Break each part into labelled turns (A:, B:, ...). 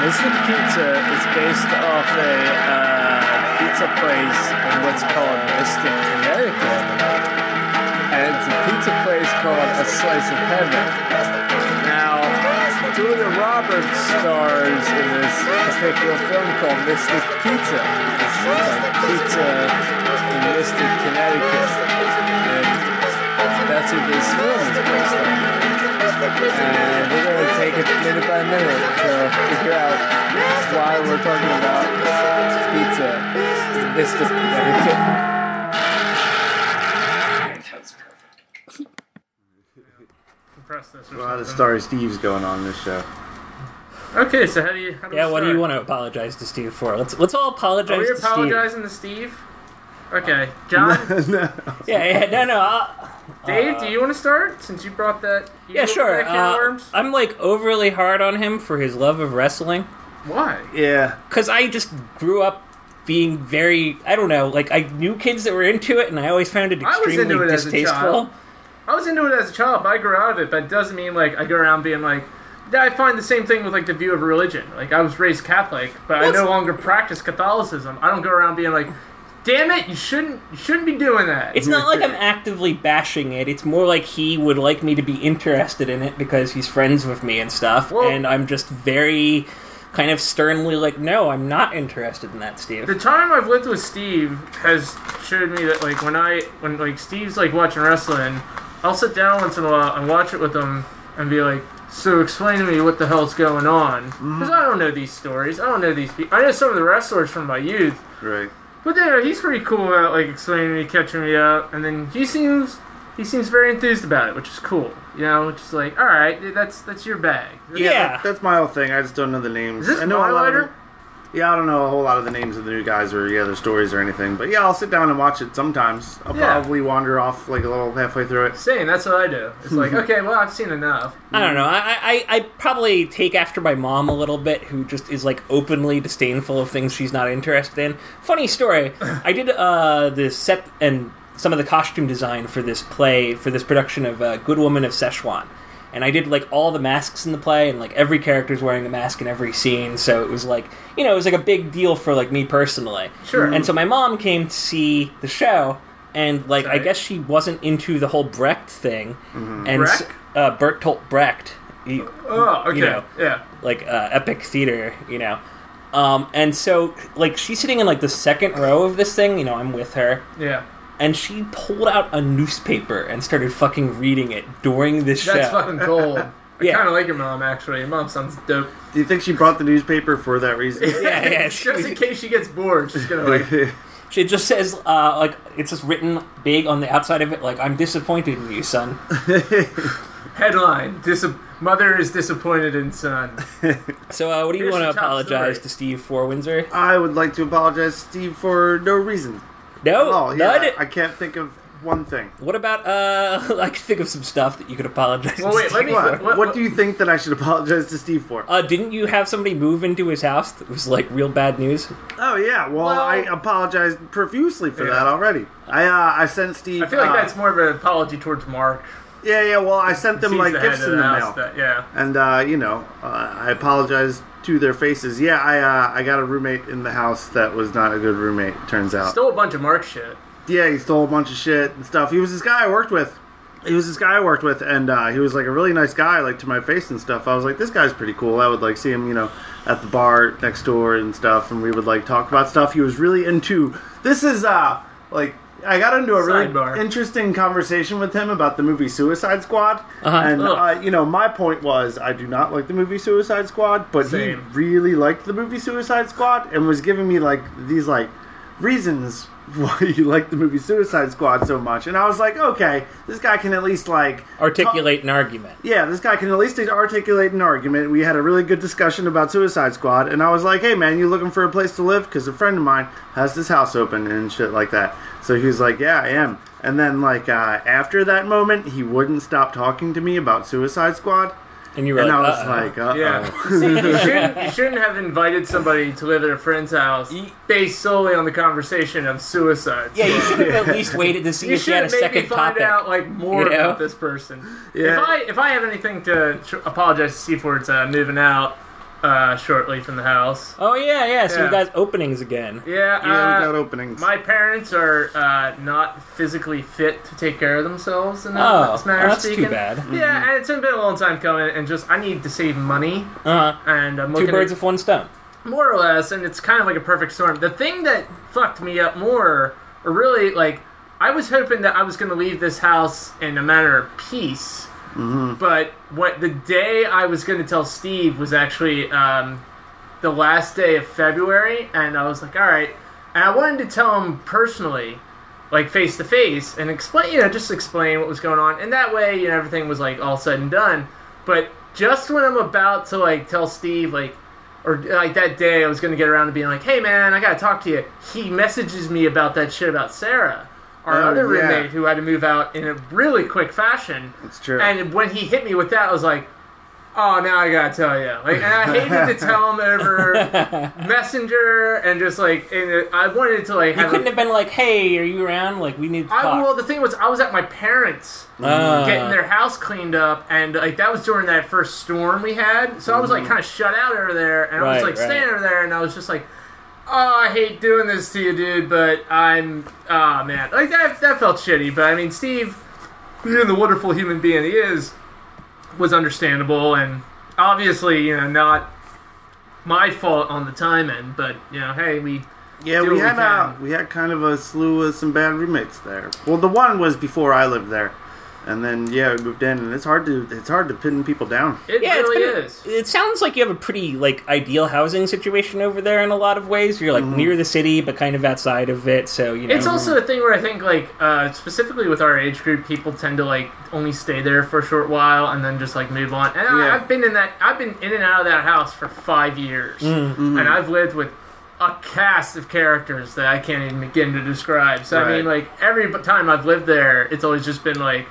A: Mr. Pizza is based off a uh, pizza place in what's called Mystic, Connecticut. And it's a pizza place called A Slice of Heaven. Now, Julia Roberts stars in this particular film called Mystic Pizza. It's like pizza in Mystic, Connecticut. And that's what this film is based on. And we're going to take it minute by minute to figure out why we're talking about pizza in Mystic, Connecticut.
B: Compress this or
C: A lot of
B: something.
C: Starry Steve's going on this show.
B: Okay, so how do you? How do we
D: Yeah, what do you
B: start?
D: want to apologize to Steve for? Let's let's all apologize
B: Are Oh, we
D: to Steve.
B: apologizing to Steve? Okay, John,
D: Uh,
C: no.
D: Yeah, yeah, no, no. i
B: Dave, do you want to start since you brought that? You
D: yeah,
B: opened
D: sure.
B: That can of
D: Uh,
B: worms?
D: I'm like overly hard on him for his love of wrestling
B: Why?
C: Yeah.
D: because I just grew up being very I don't know like I knew kids that were into it and I always found it
B: I was
D: extremely
B: into it as a
D: distasteful.
B: child. I was into it as a child, but I grew out of it. But it doesn't mean like I go around being like. I find the same thing with like the view of religion. Like I was raised Catholic, but I
D: That's-
B: no longer practice Catholicism. I don't go around being like, "Damn it, you shouldn't, you shouldn't be doing that."
D: It's not like I'm actively bashing it. It's more like he would like me to be interested in it because he's friends with me and stuff.
B: Well-
D: and I'm just very kind of sternly like, no, I'm not interested in that, Steve.
B: the time I've lived with Steve has showed me that like when I when like Steve's like watching wrestling, I'll sit down once in a while and watch it with him and be like, "So explain to me what the hell's going on," because
C: Mm-hmm.
B: I don't know these stories. I don't know these people. I know some of the wrestlers from my youth,
C: Right.
B: but yeah, he's pretty cool about like explaining to me, catching me up, and then he seems he seems very enthused about it, which is cool. You know, which is like, all right, that's that's your bag.
D: Yeah.
C: That's my whole thing. I just don't know the names.
B: Is this
C: I know a lot of-
B: Mylighter?
C: Yeah, I don't know a whole lot of the names of the new guys or yeah, their stories or anything. But yeah, I'll sit down and watch it sometimes. I'll
B: Yeah.
C: probably wander off like a little halfway through it.
B: Same. That's what I do. It's like, okay, well, I've seen enough.
D: I don't know.
B: Mm.
D: I, I, I probably take after my mom a little bit, who just is like openly disdainful of things she's not interested in. Funny story. I did uh, the set and some of the costume design for this play for this production of uh, Good Woman of Szechuan, and I did like all the masks in the play, and like every character's wearing a mask in every scene. So it was like you know it was like a big deal for like me personally.
B: Sure.
D: And so my mom came to see the show, and like I
B: Right. Mm-hmm.
D: guess she wasn't into the whole Brecht thing, and s-
B: Brecht?
D: uh, Bertolt Brecht, he-
B: Oh, okay.
D: you know,
B: yeah.
D: like uh, epic theater, you know. Um, and so, like, she's sitting in like the second row of this thing. You know, I'm with her,
B: Yeah.
D: and she pulled out a newspaper and started fucking reading it during this
B: That's
D: show.
B: fucking gold. I
D: Yeah.
B: kind of like your mom, actually. Your mom sounds dope.
C: Do you think she brought the newspaper for that reason?
D: yeah, yeah.
B: Just
D: she-
B: in case she gets bored, she's gonna like.
D: She just says, uh, like, it's just written big on the outside of it, like, "I'm disappointed in you, son."
B: Headline: Dis- Mother is disappointed in son.
D: So, uh, what do you
B: Here's
D: want to
B: your top story.
D: apologize to Steve for, Windsor?
C: I would like to apologize, Steve, for no reason.
D: No,
C: Oh,
D: none.
C: yeah. I can't think of one thing.
D: What about uh? I can think of some stuff that you could apologize.
B: Well, wait, let me-
D: for.
C: What,
B: What-
C: what do you think that I should apologize to Steve for?
D: Uh, didn't you have somebody move into his house that was like real bad news?
C: Oh yeah, well,
B: Well-
C: I apologize profusely for
B: Yeah.
C: that already. I uh, I sent Steve.
B: I feel like
C: uh,
B: that's more of an apology towards Mark.
C: yeah yeah. Well, I sent them
B: He's
C: like
B: the
C: gifts
B: head of
C: in the
B: house
C: mail,
B: That, yeah.
C: and uh, you know uh, I apologize to their faces. Yeah, I uh, I got a roommate in the house that was not a good roommate. Turns out.
B: Stole a bunch of Mark shit.
C: yeah, he stole a bunch of shit and stuff. He was this guy I worked with. He was this guy I worked with, and uh, he was like a really nice guy, like to my face and stuff. I was like, this guy's pretty cool. I would like see him, you know, at the bar next door and stuff, and we would like talk about stuff. He was really into. This is uh like I got into a really
B: Sidebar.
C: interesting conversation with him about the movie Suicide Squad, and
B: Uh-huh. Ugh.
C: uh, you know, my point was I do not like the movie Suicide Squad, but
B: Same.
C: he really liked the movie Suicide Squad and was giving me like these like reasons why you like the movie Suicide Squad so much. And I was like, okay, this guy can at least like
D: Articulate an argument.
C: yeah, this guy can at least articulate an argument. We had a really good discussion about Suicide Squad, and I was like, "Hey, man, you looking for a place to live? Because a friend of mine has this house open and shit like that." So he was like, "Yeah, I am." And then like uh, after that moment, he wouldn't stop talking to me about Suicide Squad,
D: And you were
C: and I
D: like, uh-uh.
C: was
D: "Uh-oh."
C: like, "Uh
B: Yeah.
C: oh."
B: you, shouldn't, you shouldn't have invited somebody to live at a friend's house based solely on the conversation of suicide.
D: yeah, you should have at least waited to see
B: You
D: if she had
B: should
D: a
B: make me
D: second
B: find
D: topic.
B: out like more
D: you know?
B: about this person.
C: Yeah.
B: If I if I have anything to tr- apologize to C for, it's uh, moving out. uh, shortly from the house.
D: Oh yeah, yeah. So
B: Yeah.
D: you guys openings again.
B: Yeah,
C: Yeah,
B: uh,
C: we got openings.
B: my parents are uh, not physically fit to take care of themselves in
D: Oh,
B: this manner of
D: that's too
B: speaking.
D: bad. Mm-hmm.
B: Yeah, and it's been a long time coming, and just I need to save money,
D: Uh huh.
B: and I'm
D: Two
B: looking
D: birds
B: at,
D: with one stone.
B: more or less, and it's kind of like a perfect storm. The thing that fucked me up more, or really like, I was hoping that I was going to leave this house in a matter of peace. But what the day I was going to tell Steve was actually um, the last day of February, and I was like, all right. And I wanted to tell him personally, like face to face, and explain, you know, just explain what was going on, and that way, you know, everything was like all said and done. But just when I'm about to like tell Steve, like, or like that day, I was going to get around to being like, hey man, I got to talk to you. He messages me about that shit about Sarah, our
C: Oh,
B: other
C: yeah.
B: roommate who had to move out in a really quick fashion.
C: That's true.
B: And when he hit me with that, I was like, "Oh, now I gotta tell you." Like, and I hated to tell him over messenger and just like, and it- I wanted to like
D: You
B: have.
D: couldn't
B: a-
D: have been like, "Hey, are you around? Like, we need to
B: I, well,
D: talk."
B: the thing was, I was at my parents
D: Uh,
B: getting their house cleaned up, and like that was during that first storm we had. So I was like kind of shut out over there, and I was
D: Mm-hmm. Right,
B: like
D: right.
B: staying over there, and I was just like, "Oh, I hate doing this to you, dude," but I'm, ah, man, like that that felt shitty. But I mean, Steve, being the wonderful human being he is, was understandable, and obviously, you know, not my fault on the time end, but you know, hey, we.
C: Yeah,
B: do
C: we
B: what we
C: had uh,
B: can.
C: we had kind of a slew of some bad roommates there. Well, the one was before I lived there, and then yeah, we moved in, and it's hard to it's hard to pin people down.
B: It
D: yeah,
B: really
D: it's
B: is.
D: been, it sounds like you have a pretty like ideal housing situation over there in a lot of ways. You're like near the city, but kind of outside of it. So you know,
B: Mm. It's also a thing where I think, like, uh, specifically with our age group, people tend to like only stay there for a short while and then just like move on. And I,
C: Yeah.
B: I've been in that, I've been in and out of that house for five years, and I've lived with a cast of characters that I can't even begin to describe. So I mean,
C: Right.
B: like every b- time I've lived there, it's always just been like.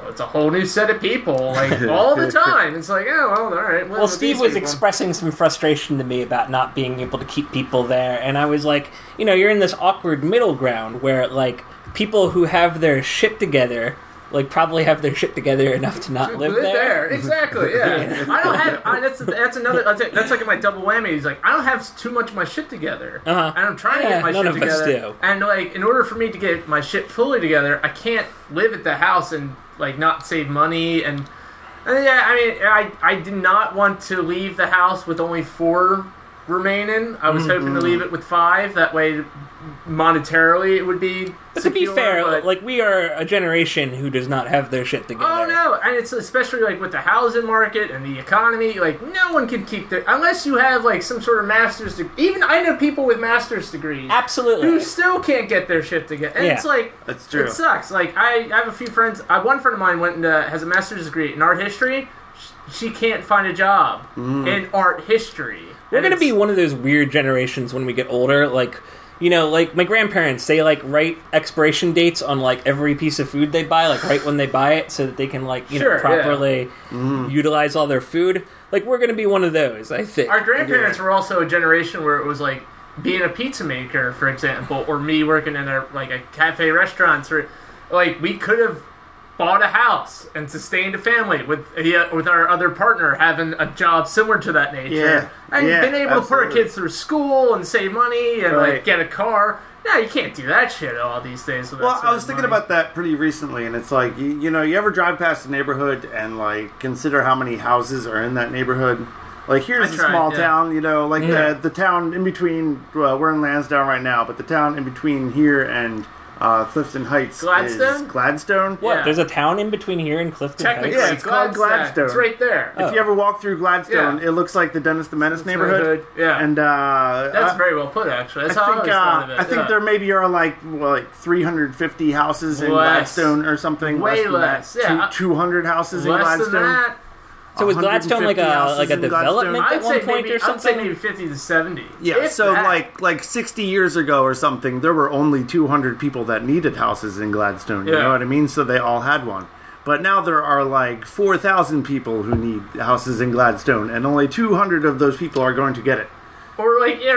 B: well, It's a whole new set of people, like all the time. It's like, oh, well, all right.
D: Well, Steve was
B: expressing.
D: expressing some frustration to me about not being able to keep people there, and I was like, you know, you're in this awkward middle ground where like people who have their shit together, like probably have their shit together enough to not live, there.
B: Exactly. Yeah. I don't have. I, that's that's another. That's, it. that's like my double whammy. He's like, I don't have too much of my shit together,
D: Uh-huh.
B: and I'm trying to
D: Yeah,
B: get my
D: none
B: shit
D: of us
B: together.
D: do.
B: And like, in order for me to get my shit fully together, I can't live at the house and like not save money and. and yeah, I mean, I I did not want to leave the house with only four remaining. I was hoping
D: Mm-hmm.
B: to leave it with five. That way, monetarily, it would be.
D: But to be
B: secure,
D: fair,
B: but-
D: like we are a generation who does not have their shit together.
B: Oh no, and it's especially like with the housing market and the economy. Like no one can keep their unless you have like some sort of master's degree. Even I know people with master's degrees who
D: Absolutely.
B: still can't get their shit together. And it's
D: Yeah.
B: like
C: That's true.
B: It sucks. Like I, I have a few friends. I, one friend of mine went into has a master's degree in art history. Sh- She can't find a job
C: Mm.
B: in art history.
D: We're gonna be one of those weird generations when we get older, like you know, like my grandparents, they like write expiration dates on like every piece of food they buy, like right when they buy it, so that they can like you
B: Sure, yeah. Mm-hmm.
D: know properly utilize all their food. Like we're gonna be one of those, I think.
B: Our grandparents were also a generation where it was like being a pizza maker, for example, or me working in a like a cafe restaurant, or like we could have bought a house and sustained a family with yeah, with our other partner having a job similar to that nature,
C: Yeah,
B: and
C: yeah,
B: been able to put our
C: absolutely.
B: kids through school and save money and like
C: Right.
B: get a car. No, you can't do that shit all these days. with that
C: Well,
B: sort
C: I
B: of
C: was thinking
B: money.
C: about that pretty recently, and it's like you, you know, you ever drive past a neighborhood and like consider how many houses are in that neighborhood? Like here's
B: I
C: a
B: tried,
C: small
B: yeah.
C: town, you know, like
B: Yeah.
C: the the town in between. Well, we're in Lansdowne right now, but the town in between here and uh, Clifton Heights
B: Gladstone?
C: is Gladstone.
D: what?
B: yeah.
D: There's a town in between here and Clifton
B: technically
D: Heights.
C: Yeah, it's called Gladstone.
B: It's right there.
D: Oh.
C: If you ever walk through Gladstone,
B: Yeah.
C: it looks like the Dennis the Menace neighborhood.
B: neighborhood, yeah.
C: and uh,
B: That's
C: I-
B: very well put, actually. That's
C: I
B: how
C: think
B: I always thought of
C: uh,
B: it.
C: I think
B: yeah.
C: there maybe are like well, like 350 houses in
B: Less.
C: Gladstone or something.
B: Way
C: than that.
B: less, yeah.
C: Two- 200 houses in
B: less
C: Gladstone.
B: than that.
D: So was Gladstone like
C: 150
D: a
C: houses
D: like a
C: in Gladstone?
D: development
B: I'd
D: at one
B: say
D: point
B: maybe,
D: or something?
B: I'd say maybe 50 to 70.
C: Yeah,
B: If
C: so
B: that.
C: like like 60 years ago or something, there were only 200 people that needed houses in Gladstone. You
B: Yeah.
C: know what I mean? So they all had one. But now there are like 4,000 people who need houses in Gladstone, and only 200 of those people are going to get it.
B: Or like, yeah,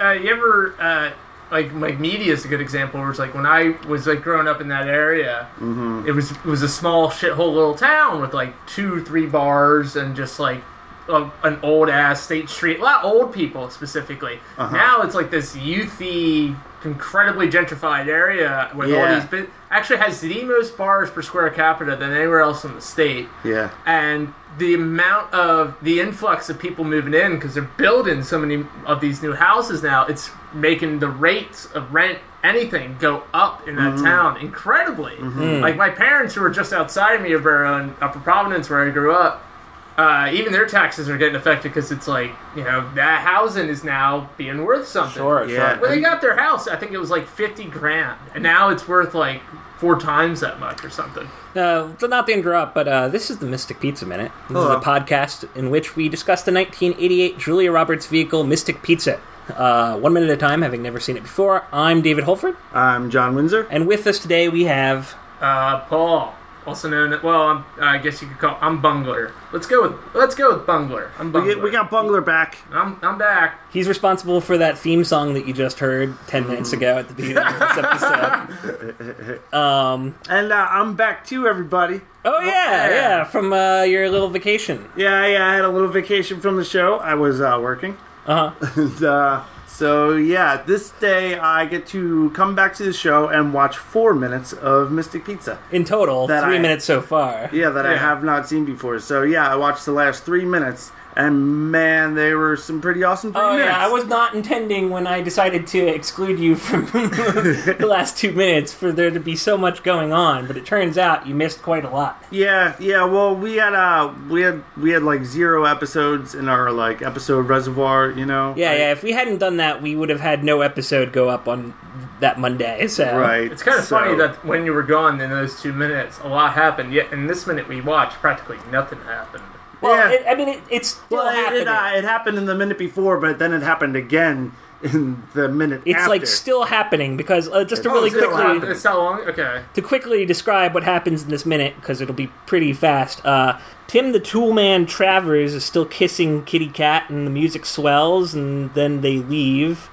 B: uh, uh, you ever, uh, like, like media is a good example where it's like when I was like growing up in that area,
C: Mm-hmm.
B: it was it was a small shithole little town with like two, three bars and just like a, an old ass state street. A lot of old people specifically.
C: Uh-huh.
B: Now it's like this youthy, incredibly gentrified area with all
C: Yeah.
B: these. bu- actually, has the most bars per square capita than anywhere else in the state
C: Yeah.
B: and the amount of the influx of people moving in because they're building so many of these new houses now it's making the rates of rent anything go up in that
D: Mm-hmm.
B: town incredibly like my parents who were just outside of Meterboro and upper providence where i grew up uh, even their taxes are getting affected because it's like you know that housing is now being worth something
D: Sure,
C: Yeah.
D: sure.
B: when they got their house i think it was like 50 grand and now it's worth like four times that much or something
D: Uh, so not to interrupt, but uh, this is the Mystic Pizza Minute. This
C: Hello.
D: is a podcast in which we discuss the 1988 Julia Roberts vehicle Mystic Pizza. Uh, one minute at a time, having never seen it before. I'm David Holford,
C: I'm John Windsor.
D: and with us today we have
B: Uh, Paul, also known as, well, I'm, I guess you could call I'm Bungler. Let's go with let's go with Bungler. I'm Bungler.
C: We, get, we got Bungler back.
B: I'm I'm back.
D: He's responsible for that theme song that you just heard
C: Mm.
D: 10 minutes ago at the beginning of this episode.
C: And uh, I'm back too, everybody.
D: Oh, yeah, yeah, from uh, your little vacation.
C: Yeah, yeah, I had a little vacation from the show. I was uh, working.
D: Uh huh.
C: And, uh, so, yeah, this day I get to come back to the show and watch four minutes of Mystic Pizza.
D: In total,
C: That
D: three
C: I-
D: minutes so far.
C: Yeah, that I
B: Yeah.
C: have not seen before. So, yeah, I watched the last three minutes, and man, they were some pretty awesome three
D: Oh,
C: minutes.
D: yeah, I was not intending when I decided to exclude you from the last two minutes for there to be so much going on, but it turns out you missed quite a lot.
C: Yeah, yeah. Well, we had uh, we had we had like zero episodes in our like episode reservoir. You know.
D: Yeah, yeah, if we hadn't done that, we would have had no episode go up on that Monday, so.
C: Right.
B: It's kind of
C: so-
B: funny that when you were gone in those two minutes, a lot happened. Yet in this minute we watched, practically nothing happened.
D: Well,
C: Yeah.
D: it, I mean, it, it's still
C: Well, it,
D: happening.
C: it, uh, it happened in the minute before, but then it happened again in the minute
D: it's
C: after. Oh,
D: like still happening because uh, just to really
B: Is it
D: quickly
B: long- It's not long. Okay.
D: to quickly describe what happens in this minute, because it'll be pretty fast, uh, Tim the Tool Man Travers is still kissing Kitty Cat, and the music swells, and then they leave.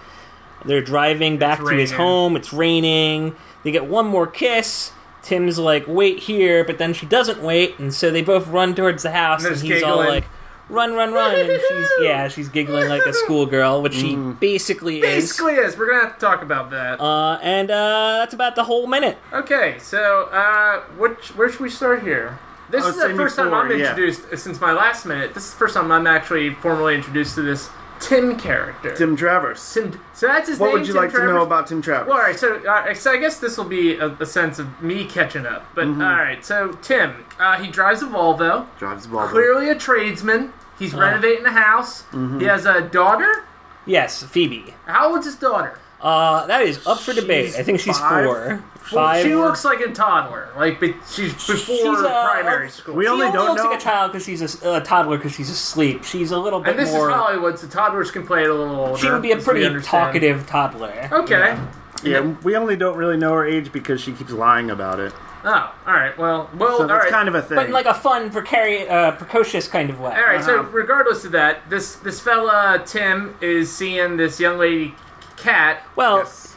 D: They're driving back to his
B: raining.
D: home, it's raining. They get one more kiss. Tim's like, wait here, but then she doesn't wait, and so they both run towards the house, and,
B: There's
D: he's all
B: giggling.
D: like, run, run, run. And she's, yeah, she's giggling like a schoolgirl, which she basically, is.
B: Basically, is we're gonna have to talk about that.
D: Uh, and uh, that's about the whole minute.
B: okay, so uh, which where should we start here? This
C: I was
B: is the
C: saying
B: first
C: before,
B: time I'm
C: yeah.
B: introduced uh, since my last minute. This is the first time I'm actually formally introduced to this Tim character.
C: Tim Travers.
B: Tim- so that's his
C: what
B: name.
C: would you
B: Tim
C: like to
B: Travers?
C: know about Tim Travers?
B: Well, all right, so, all right, so I guess this will be a, a sense of me catching up. But all right, so Tim, uh, he drives a Volvo.
C: Drives the ball.
B: Clearly a tradesman. He's renovating a house. He has a daughter.
D: Yes, Phoebe.
B: How old's his daughter?
D: Uh, that is up for debate.
C: She's
D: I think she's
C: five?
D: four.
B: Well,
D: Five.
B: she looks like a toddler. Like but she's before
D: uh,
B: primary
D: uh,
B: school.
C: We
D: She
C: only
D: only
C: don't
D: looks
C: know.
D: like a child because she's a, s- a toddler because she's asleep. She's a little bit
B: and this
D: more.
B: is Hollywood, so toddlers can play it a little older.
D: she would be a
B: as we
D: pretty
B: understand.
D: talkative toddler.
B: Okay.
C: yeah, we only don't really know her age because she keeps lying about it.
B: Oh, all right. Well, well,
C: So
B: all
C: that's
B: right.
C: kind of a thing.
D: But in like a fun, precarious, uh, precocious kind of way.
B: All right, so
C: Uh-huh.
B: regardless of that, this this fella Tim is seeing this young lady Cat.
D: Well,
C: Yes.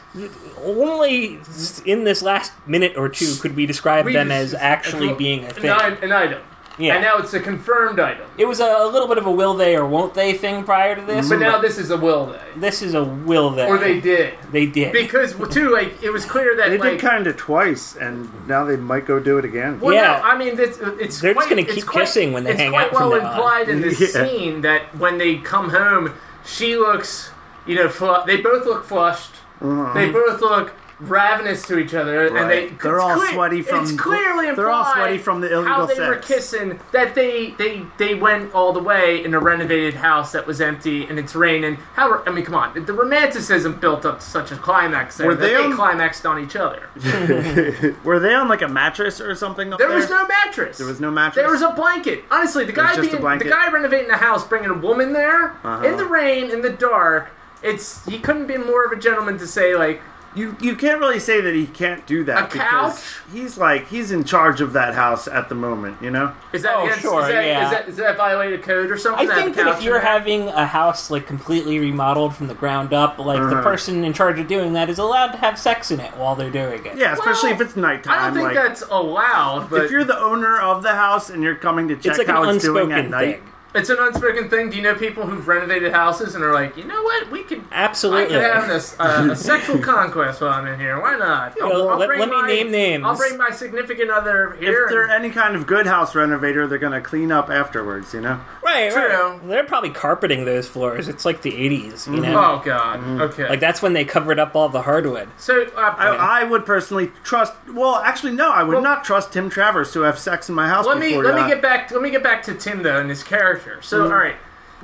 D: only s- in this last minute or two could we describe them as actually
B: as-
D: being a thing.
B: An, i- an item.
D: Yeah.
B: And now it's a confirmed item.
D: It was a, a little bit of a will they or won't they thing prior to this.
B: But now this is a will they,
D: this is a will they.
B: or they did,
D: They did.
B: because well, too like it was clear that
C: They
B: like
C: did kind of twice, and now they might go do it again.
B: well,
D: Yeah.
B: no, I mean it's it's
D: They're just
B: quite-
D: gonna
B: it's
D: keep
B: quite-
D: kissing when they
B: it's
D: hang
B: quite
D: out from
B: well
D: now on.
B: implied in this
C: Yeah.
B: scene that when they come home, she looks you know flu- they both look flushed, they both look. Ravenous to each other, and they
C: Mm-hmm. Right. They're
B: it's
C: all sweaty from-
B: It's clearly
C: they're all
B: implied
C: sweaty from the
B: how
C: illegal
B: they were
C: sex.
B: kissing. That they they they went all the way in a renovated house that was empty and it's raining. How I mean, come on, the romanticism built up to such a climax there
C: Were
B: that
C: they
B: they,
C: on-
B: climaxed on each other.
C: Were they on like a mattress or something? Up there,
B: There was no mattress.
C: There was no mattress.
B: There was a blanket. Honestly, the
C: was
B: guy
C: just a
B: being, the
C: blanket.
B: guy renovating the house, bringing a woman there
C: Uh-huh.
B: in the rain, in the dark. It's he couldn't be more of a gentleman to say like
C: You you can't really say that he can't do that
B: A
C: because
B: couch?
C: he's like he's in charge of that house at the moment, you know?
B: is that
D: Oh,
B: against,
D: sure,
B: is, that,
D: yeah.
B: is that is that violated code or
D: I
B: something?
D: think
B: have a
D: that
B: couch
D: if
B: in
D: you're
B: there?
D: having a house like completely remodeled from the ground up, like the person in charge of doing that is allowed to have sex in it while they're doing it.
C: Yeah, especially
B: Well,
C: if it's nighttime.
B: I don't think
C: like,
B: that's allowed. But
C: if you're the owner of the house and you're coming to check
D: it's like an
C: how it's doing at
D: unspoken
C: night,
D: thing.
B: It's an unspoken thing. Do you know people who've renovated houses and are like, you know what? We could. I
D: Absolutely.
B: could have this uh, a sexual conquest while I'm in here. Why not?
D: Yeah, let-
B: bring
D: let me
B: my-
D: name names.
B: I'll bring my significant other here.
C: If they're
B: and-
C: any kind of good house renovator, they're going to clean up afterwards, you know?
D: Right,
B: True.
D: right. They're probably carpeting those floors. It's like the 80s, you know?
B: oh God. Okay.
D: Mm-hmm. Like, that's when they covered up all the hardwood.
B: so uh,
C: I, I would personally trust. Well, actually, no, I would
B: Well-
C: not trust Tim Travers to have sex in my house.
B: let me
C: before uh, Mm-hmm.
B: let me
C: that.
B: get back let me get back to Tim though and his character. So all right,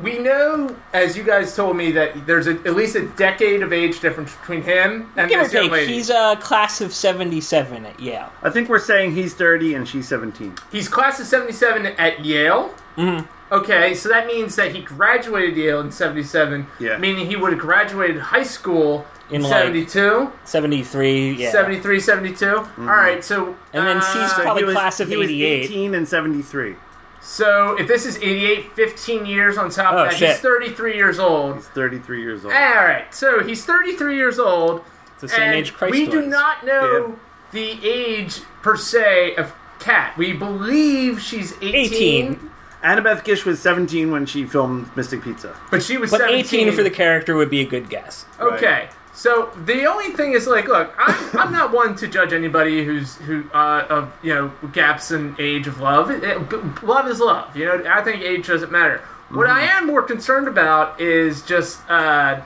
B: we know as you guys told me that there's a, at least a decade of age difference between him and
D: Give or
B: this young
D: take,
B: lady.
D: he's a class of 77 at Yale.
C: I think we're saying he's thirty and she's seventeen.
B: He's class of 77 at Yale. Mm-hmm. Okay, so that means that he graduated Yale in 77,
C: Yeah.
B: meaning he would have graduated high school
D: In, like,
B: 72,
D: 73, yeah.
B: 73, 72.
C: Mm-hmm.
B: All right, so
D: And then she's
B: uh,
D: Probably
C: he was,
D: class of
C: he was
D: 88.
C: eighteen and seventy-three.
B: so if this is 88, 15 years on top
D: Oh,
B: of that,
D: shit.
B: he's 33 years old.
C: He's thirty-three years old.
B: All right, so he's 33 years old.
D: the same
B: and
D: age Christ
B: We do
D: was.
B: not know the age per se of Kat. We believe she's 18,
D: 18.
C: Annabeth Gish was seventeen when she filmed Mystic Pizza.
B: but she was
D: But
B: 17
D: 18 for the character would be a good guess.
B: Okay.
C: Right.
B: So the only thing is, like, look, I'm, I'm not one to judge anybody who's who uh, of you know gaps in age of love. It- it- b- love is love. You know, I think age doesn't matter. What I am more concerned about is just uh,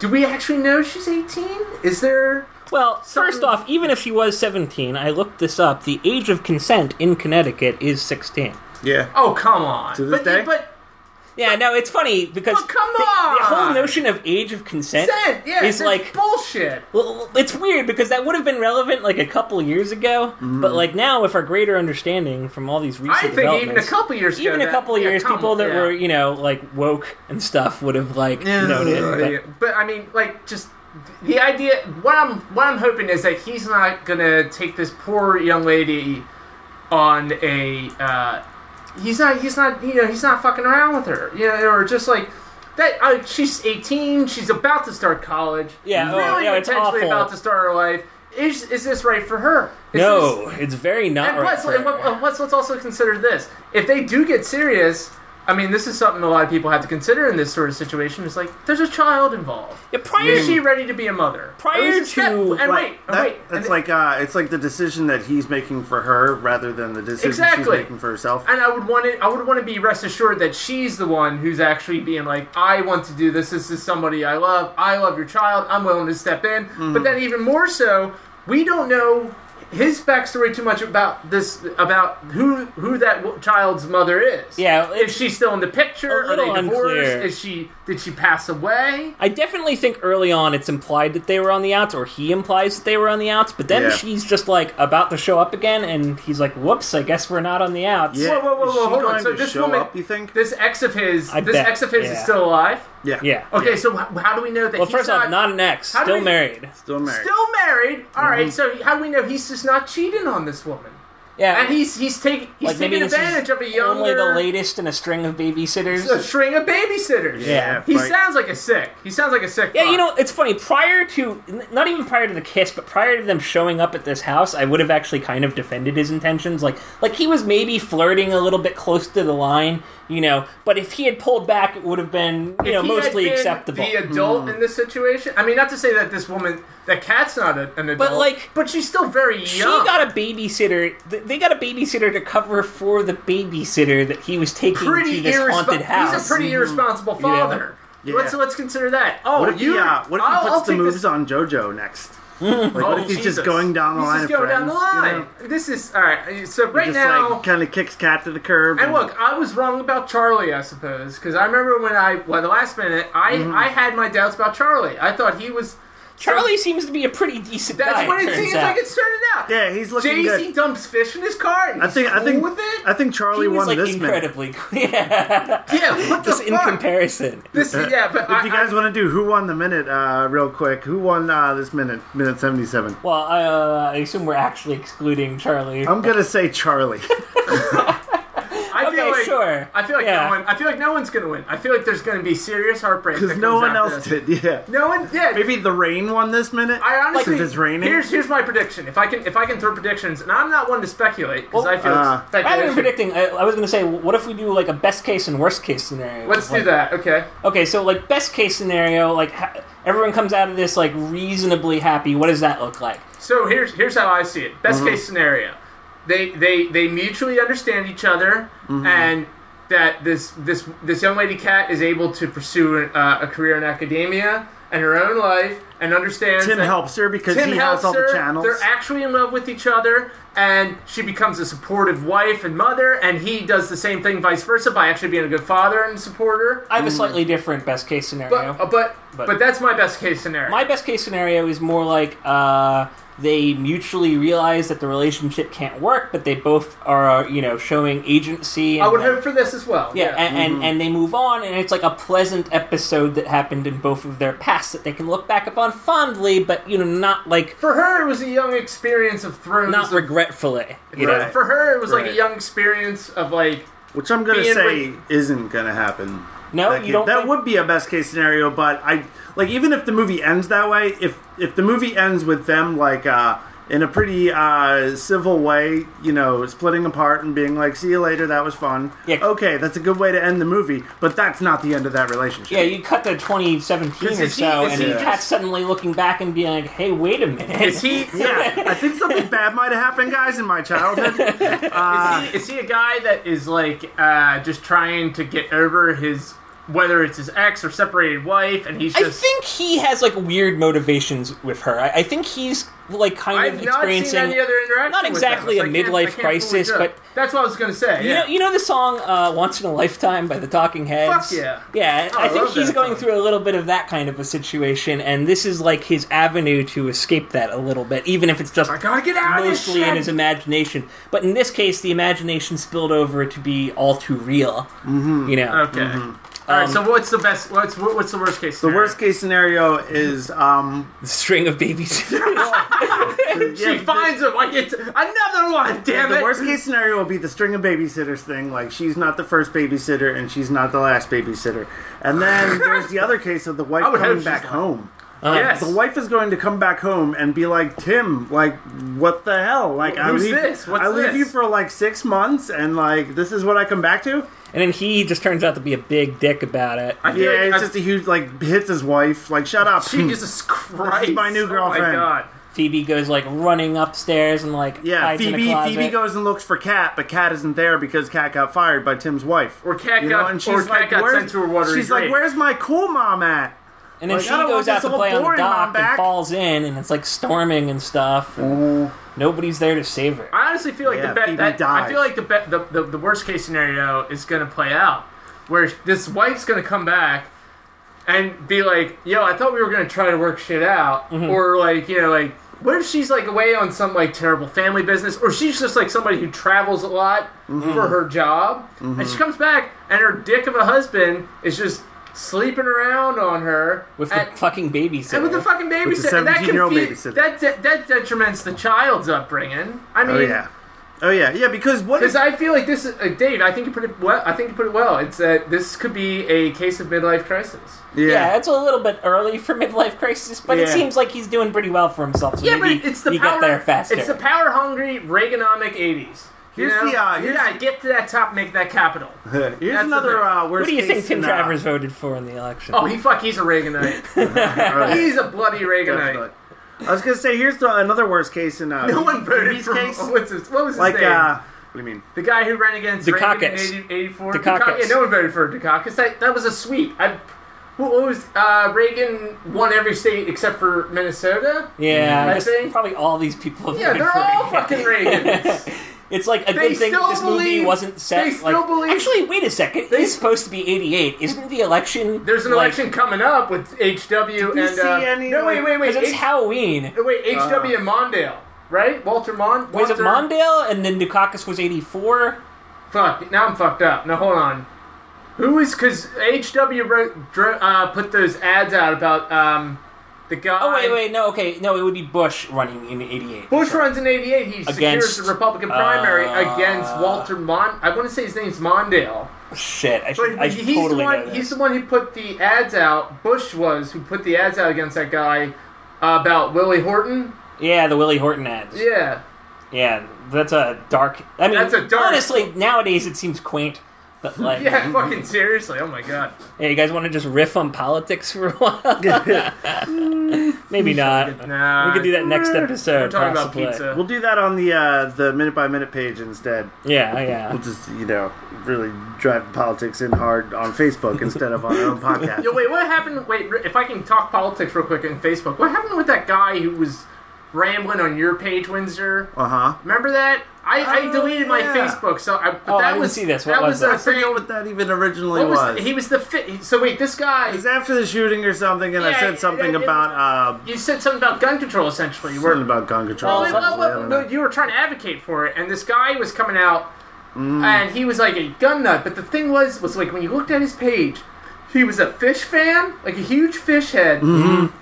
B: do we actually know she's 18? Is there
D: Well, first
B: Something-
D: off, even if she was 17, I looked this up. The age of consent in Connecticut is 16.
C: Yeah.
B: Oh come on!
C: To this
B: but,
C: day?
B: but
D: Yeah, no, it's funny because
B: Well, come
D: the, the whole
B: on!
D: notion of age of consent
B: said, yeah,
D: is
B: it's
D: like
B: like bullshit.
D: Well, it's weird because that would have been relevant like a couple years ago, but like now, with our greater understanding from all these recent
B: Mm-hmm. I think even
D: developments,
B: a couple years, ago
D: even a
B: that-
D: couple
B: yeah,
D: years,
B: come-
D: people that
B: yeah.
D: were you know like woke and stuff would have like noted. but-
B: Oh, Yeah, but I mean, like, just the idea. What I'm what I'm hoping is that he's not gonna take this poor young lady on a. Uh, he's not. He's not. You know. He's not fucking around with her. You know, or just like. That, uh, she's 18. She's about to start college.
D: Yeah, oh,
B: really
D: yeah, it's
B: potentially
D: awful.
B: about to start her life. Is is this right for her? Is this-
D: No, it's very not
B: And
D: right.
B: plus,
D: for
B: and what,
D: her.
B: uh, let's, let's also consider this. If they do get serious, I mean, this is something a lot of people have to consider in this sort of situation. It's like, there's a child involved.
D: Yeah, prior
B: Is she ready to be a mother?
D: Mm. Prior
B: Or is it
D: to-
B: step- and
C: Right.
B: wait, and
C: That-
B: wait.
C: It's
B: and-
C: like uh, it's like the decision that he's making for her rather than the decision she's
B: Exactly.
C: making for herself.
B: and I would want it. I would want to be rest assured that she's the one who's actually being like, "I want to do this. This is somebody I love. I love your child. I'm willing to step in." But
D: Mm.
B: then even more so, we don't know his backstory too much about this about who who that w- child's mother is.
D: Yeah,
B: is she still in the picture?
D: a
B: Are they
D: little
B: divorced?
D: unclear.
B: Is she did she pass away?
D: I definitely think early on it's implied that they were on the outs, or he implies that they were on the outs, but then
C: Yeah.
D: she's just like about to show up again, and he's like, "Whoops, I guess we're not on the outs."
C: Yeah.
B: Whoa, whoa, whoa,
C: Is she
B: whoa! Hold on.
C: going
B: So
C: to
B: this
C: show
B: woman,
C: up, you think?
B: this ex of his,
D: I
B: this
D: bet,
B: ex of his is
D: yeah.
B: still alive.
C: yeah.
D: yeah.
B: Okay, so h- how do we know that?
D: Well,
B: he's
D: first off,
B: not
D: not an ex,
B: Oh, How do
D: still
B: we-
D: married.
C: Still married.
B: Still married.
D: Mm-hmm.
B: All right. So how do we know he's just not cheating on this woman?
D: Yeah,
B: And he's he's taking he's
D: Like, maybe
B: taking
D: this is
B: advantage of a
D: only
B: younger
D: the latest in a string of babysitters.
B: a string of babysitters.
D: Yeah.
B: He
C: right.
B: sounds like a sick. He sounds like a sick.
D: Yeah, you
B: fuck.
D: know, it's funny. Prior to, n- not even prior to the kiss, but prior to them showing up at this house, I would have actually kind of defended his intentions. Like, like he was maybe flirting a little bit close to the line, you know. But if he had pulled back, it would have been,
B: If
D: you know,
B: he had
D: mostly
B: been
D: acceptable.
B: The adult in this situation. I mean, not to say that this woman, that cat's not a, an adult,
D: like,
B: but she's still very young.
D: She got a babysitter. th- They got a babysitter to cover for the babysitter that he was taking
B: pretty
D: to this haunted
B: irresponsible.
D: house. Mm-hmm.
B: He's a pretty irresponsible father.
C: Yeah.
B: Let's let's consider that. Oh,
C: What if
B: you?
C: he, uh, what if he
B: I'll-
C: puts
B: I'll
C: the
B: take
C: moves
B: this-
C: on JoJo next? Like, what
B: Oh,
C: if he's
B: Jesus.
C: just going down the
B: He's
C: line
B: just
C: of
B: going down
C: friends?
B: the
C: you
B: line.
C: know?
B: This is all right. So right
C: just
B: now,
C: like kind of kicks cat to the curb.
B: And look, I was wrong about Charlie, I suppose, because I remember when I, well, the last minute, I,
C: Mm-hmm.
B: I had my doubts about Charlie. I thought he was.
D: Charlie seems to be a pretty decent
B: That's
D: guy.
B: what it
D: turns
B: seems
D: out.
B: like it's turning out.
C: yeah, he's looking
B: Jay Z
C: good.
B: dumps fish in his car. And
C: I think
B: he's
C: I think
B: cool with it.
C: I think
D: he
C: Charlie
D: was
C: won
D: like
C: this minute.
D: incredibly, yeah.
B: yeah, what the
D: Just in
B: fuck?
D: comparison.
B: this, yeah, but
C: If
B: I,
C: you guys
B: I,
C: want to do who won the minute, uh, real quick, who won uh, this minute? Minute seventy-seven.
D: Well, I, uh, I assume we're actually excluding Charlie.
C: I'm gonna say Charlie.
B: I feel like
D: sure.
B: I feel like
D: Yeah.
B: no one. I feel like no one's gonna win. I feel like there's gonna be serious heartbreak
C: Because
B: that
C: no
B: comes
C: one
B: out of
C: else
B: this.
C: did. Yeah.
B: No one did.
C: Maybe the rain won this minute.
B: I honestly
C: Since it's raining.
B: Here's here's my prediction. If I can if I can throw predictions, and I'm not one to speculate because I feel
C: uh,
D: Rather than
B: speculation.
D: predicting, I, I was going to say, what if we do like a best case and worst case scenario?
B: Let's do that. Okay.
D: Okay, so like best case scenario, like ha- everyone comes out of this like reasonably happy. What does that look like?
B: So here's here's how I see it. Best
C: Mm-hmm.
B: case scenario, they they they mutually understand each other,
C: Mm-hmm.
B: and that this this this young lady cat is able to pursue uh, a career in academia and her own life, and understands
C: Tim
B: that
C: helps her because
B: Tim
C: he
B: helps
C: has all
B: her.
C: the channels.
B: They're actually in love with each other, and she becomes a supportive wife and mother, and he does the same thing, vice versa, by actually being a good father and supporter.
D: I have a slightly different best case scenario.
B: Mm. But, uh, but,
D: But-
B: but that's my best case scenario.
D: My best case scenario is more like uh, they mutually realize that the relationship can't work, but they both are, uh, you know, showing agency. And
B: I would
D: like-
B: hope for this as well.
D: Yeah, Mm-hmm. and, and, and they move on, and it's like a pleasant episode that happened in both of their pasts that they can look back upon fondly, but, you know, not like,
B: for her, it was a young experience of thrones.
D: not
B: of-
D: regretfully. You
B: Right.
D: know?
B: For her, it was like
C: Right.
B: a young experience of like.
C: which I'm gonna
B: being
C: say
B: with-
C: isn't gonna happen.
D: No,
C: that
D: you
C: could-
D: don't
C: That
D: think-
C: would be a best case scenario, but I like even if the movie ends that way. If if the movie ends with them like uh, in a pretty uh, civil way, you know, splitting apart and being like, "See you later, that was fun."
D: Yeah.
C: Okay, that's a good way to end the movie, but that's not the end of that relationship.
D: Yeah, you cut to 2017
B: Is
D: or
B: he-
D: so,
B: is
D: and
B: he
D: Cat's
B: just-
D: suddenly looking back and being like, hey, wait a minute.
B: Is he,
C: Yeah, I think something bad might have happened, guys, in my childhood. Uh,
B: is he is he a guy that is like uh, just trying to get over his whether it's his ex or separated wife, and he's
D: I
B: just
D: think he has like weird motivations with her. I, I think he's like kind
B: I've
D: of
B: not seen
D: experiencing.
B: any other interaction. with
D: not
B: them.
D: exactly
B: It's
D: a
B: like, I can't- I
D: midlife
B: can't fully
D: crisis,
B: judge.
D: but-
B: that's what I was gonna say.
D: you
B: yeah.
D: know, you know the song uh, "Once in a Lifetime" by the Talking Heads.
B: Fuck yeah.
D: yeah.
B: Oh,
D: I
B: I
D: think
B: love
D: he's
B: that
D: going
B: song.
D: through a little bit of that kind of a situation, and this is like his avenue to escape that a little bit, even if it's just
B: I gotta get out of this
D: mostly
B: shit.
D: in his imagination. But in this case, the imagination spilled over to be all too real. Mm-hmm. You know,
B: okay. All right. So what's the best? What's what- what's the worst case?
C: Mm-hmm. Um, the worst case scenario is um,
D: the string of babies.
B: She finds him. I get another one. Damn
C: The
B: it.
C: worst case scenario will be the string of babysitters thing. Like she's not the first babysitter and she's not the last babysitter. And then there's the other case of the wife
B: I would hope
C: coming
B: she's
C: back
B: not.
C: home.
B: yes.
C: Uh, The wife is going to come back home and be like, Tim, like, what the hell? Like, I
B: Who's
C: leave,
B: this? What's
C: I leave
B: this?"
C: you for like six months, and like, this is what I come back to.
D: and then he just turns out to be a big dick about it.
B: I feel
C: Yeah,
B: like
C: it's
B: I've-
C: just a huge like hits his wife. Like, shut up.
B: She Jesus Christ.
C: my new
B: Oh my
C: girlfriend.
B: god.
D: Phoebe goes like running upstairs and like
C: yeah,
D: hides in a
C: Phoebe.
D: closet.
C: Phoebe goes and looks for Kat, but Kat isn't there because Kat got fired by Tim's wife.
B: Or Kat
C: You know,
B: got
C: and
B: or
C: she's
B: Kat
C: like,
B: got
C: "Where's-"
B: sent to her watery
C: She's like,
B: grave.
C: "Where's my cool mom at?"
D: and then
C: Like,
D: she
C: I don't want
D: goes
C: this
D: out to
C: old
D: play on the
C: boring mom
D: dock and
C: back.
D: falls in, and it's like storming and stuff. and Nobody's there to save her.
B: I honestly feel like
C: Yeah,
B: the bet
C: Phoebe
B: that I
C: dies.
B: feel like the bet the, the, the worst case scenario is gonna play out, where this wife's gonna come back and be like, "Yo, I thought we were gonna try to work shit out,"
C: Mm-hmm.
B: or like, you know, like, what if she's like away on some like terrible family business, or she's just like somebody who travels a lot
C: Mm-hmm.
B: for her job, and she comes back and her dick of a husband is just sleeping around on her
D: with the
B: and-
D: fucking babysitter.
B: and with the fucking
C: With the
B: babysitter, and that
C: 17-year-old
B: confu-
C: babysitter.
B: that, de- that detriments the child's upbringing. I mean,
C: Oh yeah, oh yeah, yeah. Because what
B: because
C: is
B: I feel like this, is, uh, Dave. I think you put it well. I think you put it well. It's that this could be a case of midlife crisis.
D: yeah. it's a little bit early for midlife crisis, but it
C: Yeah.
D: seems like he's doing pretty well for himself. So
B: Yeah,
D: maybe
B: but it's the
D: you
B: power.
D: get there faster.
B: It's the power hungry Reaganomic eighties. You
C: Here's
B: know?
C: the, uh,
B: you
C: here's-
B: gotta get to that top, and make that capital.
C: Here's
B: That's the
C: another
B: thing.
C: uh, worst.
D: what do you
C: case
D: think Tim
C: scenario.
D: Travers voted for in the election?
B: Oh, he fuck, he's a Reaganite. he's a bloody Reaganite.
C: I was gonna say here's the, another worst case in uh,
B: No one voted
C: Phoebe's
B: for
C: case.
B: what's his, what was his
C: Like,
B: name?
C: uh, what do you mean?
B: the guy who ran against Reagan in
D: Dukakis.
B: 80, 84.
D: Dukakis.
B: Dukak- yeah, no one voted for Dukakis. That that was a sweep. I, what was uh, Reagan won every state except for Minnesota?
D: yeah, I
B: I
D: guess
B: think-
D: probably all these people. Have
B: Yeah,
D: voted
B: they're
D: for
B: all
D: him.
B: fucking Reagans.
D: It's like a
B: They
D: good thing
B: still
D: this movie
B: believe-
D: wasn't set.
B: they still
D: like,
B: believe-
D: actually, wait a second.
B: They-
D: it's supposed to be '88, isn't the election?
B: There's an
D: like,
B: election coming up with HW and
C: you see
B: uh,
C: any,
B: no wait
C: like-
B: wait wait
D: Because it's
B: H-
D: Halloween.
B: wait HW and Mondale right Walter Mond
D: Was it
B: Walter-
D: Mondale and then Dukakis was 84?
B: fuck now I'm fucked up now hold on who is because HW wrote dr- uh, put those ads out about um The guy.
D: Oh wait, wait, no, okay, no, it would be Bush running in '88.
B: Bush runs in '88. He
D: Against,
B: secures the Republican primary
D: uh,
B: against Walter Mon. I want to say his name's Mondale.
D: Shit,
B: But
D: I, should, I
B: he's
D: totally
B: the
D: know
B: one.
D: this.
B: He's the one who put the ads out. Bush was who put the ads out against that guy uh, about Willie Horton.
D: Yeah, the Willie Horton ads. Yeah.
B: Yeah,
D: that's a dark. I mean,
B: That's a dark-
D: Honestly, nowadays it seems quaint. But like,
B: yeah. Fucking seriously. Oh my god.
D: hey, you guys want to just riff on politics for a while? Maybe not.
B: Nah.
D: We could do that next episode.
B: We're talking about
D: possibly.
B: pizza.
C: We'll do that on the uh, the minute by minute page instead.
D: Yeah, yeah.
C: We'll just you know really drive politics in hard on Facebook instead of on our own podcast.
B: Yo, wait, what happened? Wait, if I can talk politics real quick in Facebook, what happened with that guy who was rambling on your page, Windsor?
C: Uh huh.
B: Remember that? I,
C: Oh,
B: I deleted my
C: yeah.
B: Facebook, so I, but
D: Oh, I
B: that
D: didn't
B: was
D: see this. What
B: that
D: was
B: the
D: that?
B: thing.
C: forget what that even originally
B: What
C: was.
B: was the, he was the fit? So wait, this guy.
C: It was after the shooting or something, and I
B: Yeah,
C: said something
B: it- it-
C: about uh,
B: you said something about gun control, essentially.
C: something
B: Where,
C: about gun control.
B: well,
C: or
B: it-
C: something,
B: well, well,
C: I don't
B: no,
C: know.
B: you were trying to advocate for it, and this guy was coming out,
D: Mm.
B: and he was like a gun nut. But the thing was, was like when you looked at his page, he was a fish fan, like a huge fish head,
D: Mm-hmm.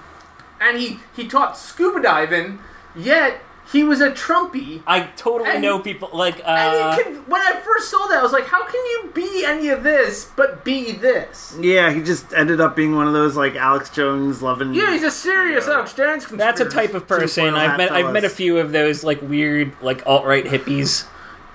B: and he he taught scuba diving, yet he was a Trumpy.
D: I totally
B: And-
D: know people like. Uh,
B: And it can, when I first saw that, I was like, "How can you be any of this but be this?"
C: Yeah, he just ended up being one of those like Alex Jones loving.
B: Yeah, he's a serious
C: Yeah.
B: Alex Jones conspiracy.
D: That's a type of person.
C: Tinfoil
D: I've
C: hat
D: met. I've
C: fellas.
D: met a few of those like weird, like alt right hippies.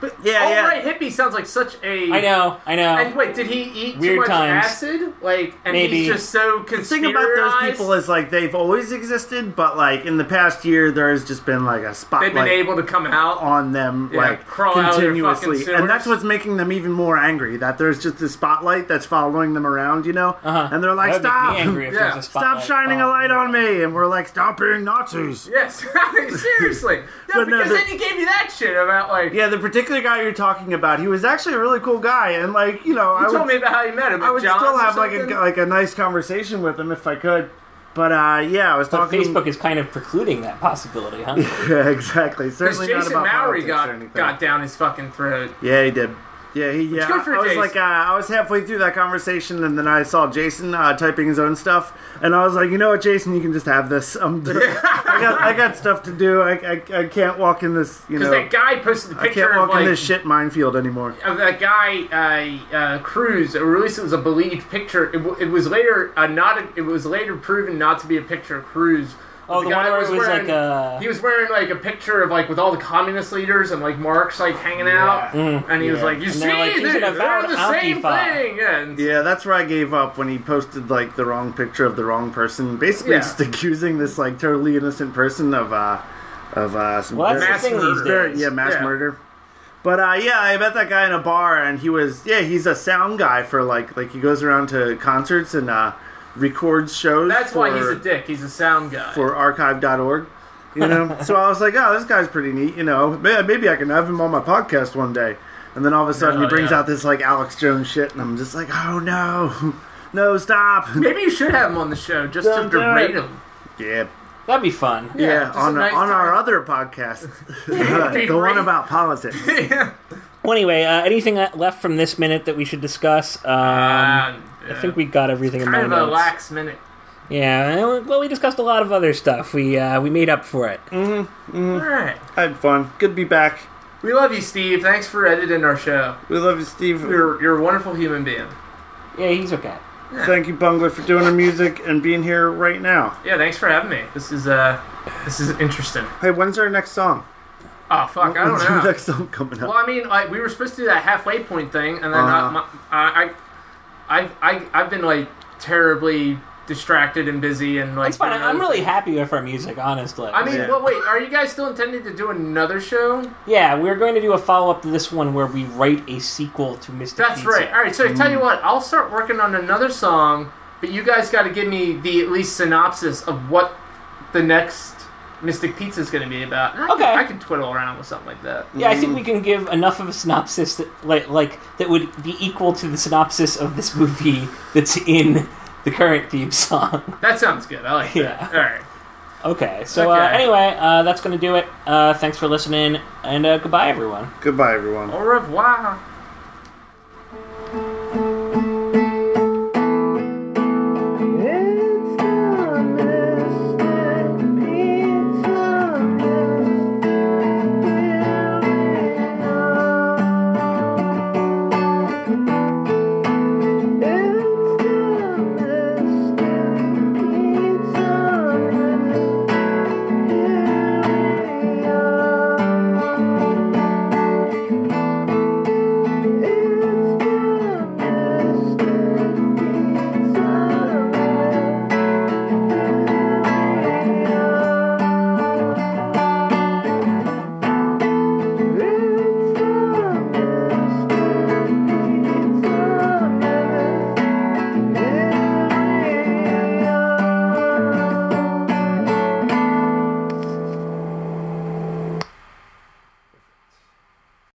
C: yeah, yeah.
B: Alt-right hippie sounds like such a.
D: I know. I know.
B: And wait, did he eat
D: Weird
B: too much
D: times.
B: acid? Like, and
D: Maybe.
B: he's just so
C: The thing about those people
B: conspiratorialized.
C: is like they've always existed, but like in the past year, there's just been like a
B: They've
C: spotlight
B: been able to come out.
C: on them
B: Yeah,
C: like
B: crawl out of their fucking
C: continuously, and that's
B: sewers.
C: what's making them even more angry. That there's just this spotlight that's following them around, you know,
D: Uh-huh.
C: and they're like,
D: That would make me
C: "Stop,
D: angry if there was
B: Yeah.
D: a
C: stop
D: spotlight
C: shining a light
D: following me.
C: on me," and we're like, "Stop being Nazis."
B: Yes, seriously. No,
C: But no,
B: because
C: the-
B: then he gave you that shit about like.
C: Yeah, the particular guy you're talking about, he was actually a really cool guy, and like you know, I
B: You
C: would,
B: told me about how you met him.
C: I
B: at
C: would
B: John's
C: still
B: or
C: have like a
B: something?
C: like a nice conversation with him if I could. But uh, yeah, I was
D: But
C: talking.
D: Facebook is kind of precluding that possibility, huh?
C: Yeah, exactly.
B: Because
C: Certainly
B: Jason
C: not about
B: Mowry
C: politics or anything.
B: got got down his fucking throat.
C: Yeah, he did. Yeah, he. Yeah,
B: good for
C: I was
B: Jason.
C: like, uh, I was halfway through that conversation, and then I saw Jason uh, typing his own stuff, and I was like, you know what, Jason, you can just have this. I'm I got, I got stuff to do. I, I, I can't walk in this. You
B: Because
C: know,
B: that guy posted the
C: I
B: picture
C: can't
B: of
C: walk in
B: like
C: this shit minefield anymore.
B: of that guy uh, uh, Cruz, or at least it was a believed picture. It, w- it was later uh, not. A, it was later proven not to be a picture of Cruz.
D: Oh, the one where it was like, uh,
B: he was wearing like a picture of like with all the communist leaders and like Marx like hanging out, and he was
C: Yeah.
B: like, "You
D: Mm-hmm. And
B: see,
D: they're like,
B: they,
D: he's
B: they're
D: an avowed
B: the same
D: Antifa."
B: thing." Yeah, and-
C: Yeah, that's where I gave up when he posted like the wrong picture of the wrong person, basically
B: Yeah.
C: just accusing this like totally innocent person of uh of uh some
D: Well, that's
C: very-
D: the thing these
C: very-
D: days.
C: yeah mass
B: Yeah.
C: murder. But uh, yeah, I met that guy in a bar, and he was yeah he's a sound guy for like like he goes around to concerts and uh, records shows.
B: That's why he's
C: for-
B: a dick. He's a sound guy.
C: for archive.org. You know, so I was like, oh, this guy's pretty neat. You know, May- maybe I can have him on my podcast one day. And then all of a sudden,
B: Oh,
C: he brings
B: yeah.
C: out this like Alex Jones shit, and I'm just like, oh no, no, stop.
B: Maybe you should have him on the show just
C: Don't
B: to
C: do
B: berate
C: it.
B: him.
C: yeah,
D: That'd be fun.
C: yeah.
B: Yeah, just a
C: on
B: nice
C: on our
B: time.
C: other podcast,
B: be
C: the one
B: great.
C: about politics.
D: Well, anyway, uh, anything that- left from this minute that we should discuss? Um,
C: Uh,
B: I
D: I think we got everything in my
B: kind of a
D: notes.
B: lax minute.
D: Yeah. and- Well, we discussed a lot of other stuff. We uh, we made up for it.
C: Mm.
B: All right.
C: I had fun. Good to be back.
B: We love you, Steve. Thanks for editing our show.
C: We love you, Steve.
B: You're you're a wonderful human being.
D: Yeah, he's okay.
C: Thank you, Bungler, for doing the music and being here right now.
B: Yeah, thanks for having me. This is uh, this is interesting.
C: Hey, when's our next song?
B: Oh fuck, I
C: when's our
B: don't know.
C: next song coming
B: Well,
C: up?
B: I mean, like we were supposed to do that halfway point thing, and then
C: Uh-huh.
B: uh, my, I, I, I, I, I've been like terribly distracted and busy and like.
D: It's fine.
B: doing
D: I'm
B: other
D: really
B: things.
D: happy with our music, honestly.
B: I mean,
C: Yeah.
B: well, wait. Are you guys still intending to do another show?
D: yeah, we're going to do a follow up to this one where we write a sequel to Mr.
B: That's
D: Pizza. Mm.
B: right. All right. So I tell you what, I'll start working on another song, but you guys got to give me the at least synopsis of what the next Mystic Pizza is going to be about. And I
D: Okay.
B: Can, I can twiddle around with something like that.
D: Yeah, I think we can give enough of a synopsis that like, like that would be equal to the synopsis of this movie that's in the current theme song.
B: That sounds good. I like
D: Yeah.
B: that. All right.
D: okay, so Uh,
B: Okay.
D: anyway, uh, that's going to do it. Uh, thanks for listening, and uh, goodbye, everyone.
C: Goodbye, everyone.
B: Au revoir.